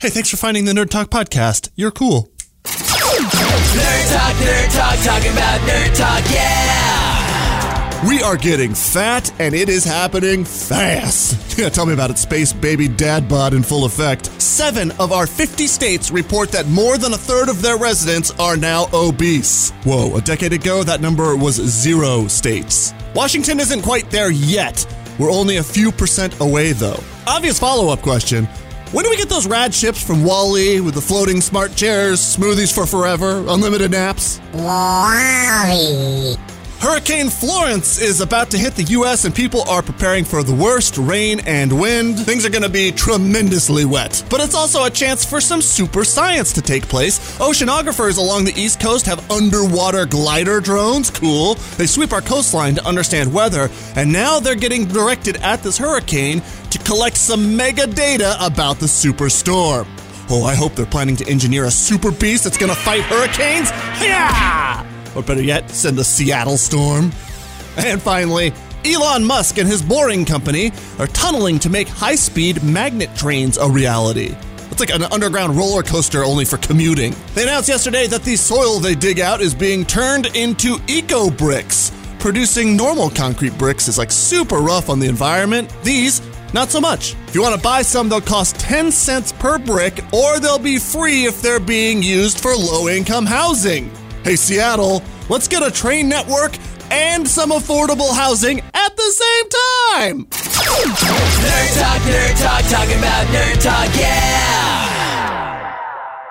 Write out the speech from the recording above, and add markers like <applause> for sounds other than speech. Hey, thanks for finding the Nerd Talk podcast. You're cool. Nerd talk, nerd talk, talking about nerd talk, yeah! We are getting fat, and it is happening fast. <laughs> Yeah, tell me about it, Space Baby Dad Bod in full effect. Seven of our 50 states report that more than a third of their residents are now obese. Whoa, a decade ago, that number was zero states. Washington isn't quite there yet. We're only a few percent away, though. Obvious follow up question. When do we get those rad ships from Wally with the floating smart chairs, smoothies for forever, unlimited naps? Hurricane Florence is about to hit the U.S., and people are preparing for the worst rain and wind. Things are going to be tremendously wet. But it's also a chance for some super science to take place. Oceanographers along the East Coast have underwater glider drones. Cool. They sweep our coastline to understand weather, and now they're getting directed at this hurricane to collect some mega data about the superstorm. Oh, I hope they're planning to engineer a super beast that's going to fight hurricanes. Yeah! Or better yet, send the Seattle storm. And finally, Elon Musk and his boring company are tunneling to make high speed magnet trains a reality. It's like an underground roller coaster only for commuting. They announced yesterday that the soil they dig out is being turned into eco bricks. Producing normal concrete bricks is like super rough on the environment. These, not so much. If you want to buy some, they'll cost 10 cents per brick, or they'll be free if they're being used for low income housing. Hey, Seattle, let's get a train network and some affordable housing at the same time! Nerd talk, nerd talk, talking about nerd talk, yeah! Mm,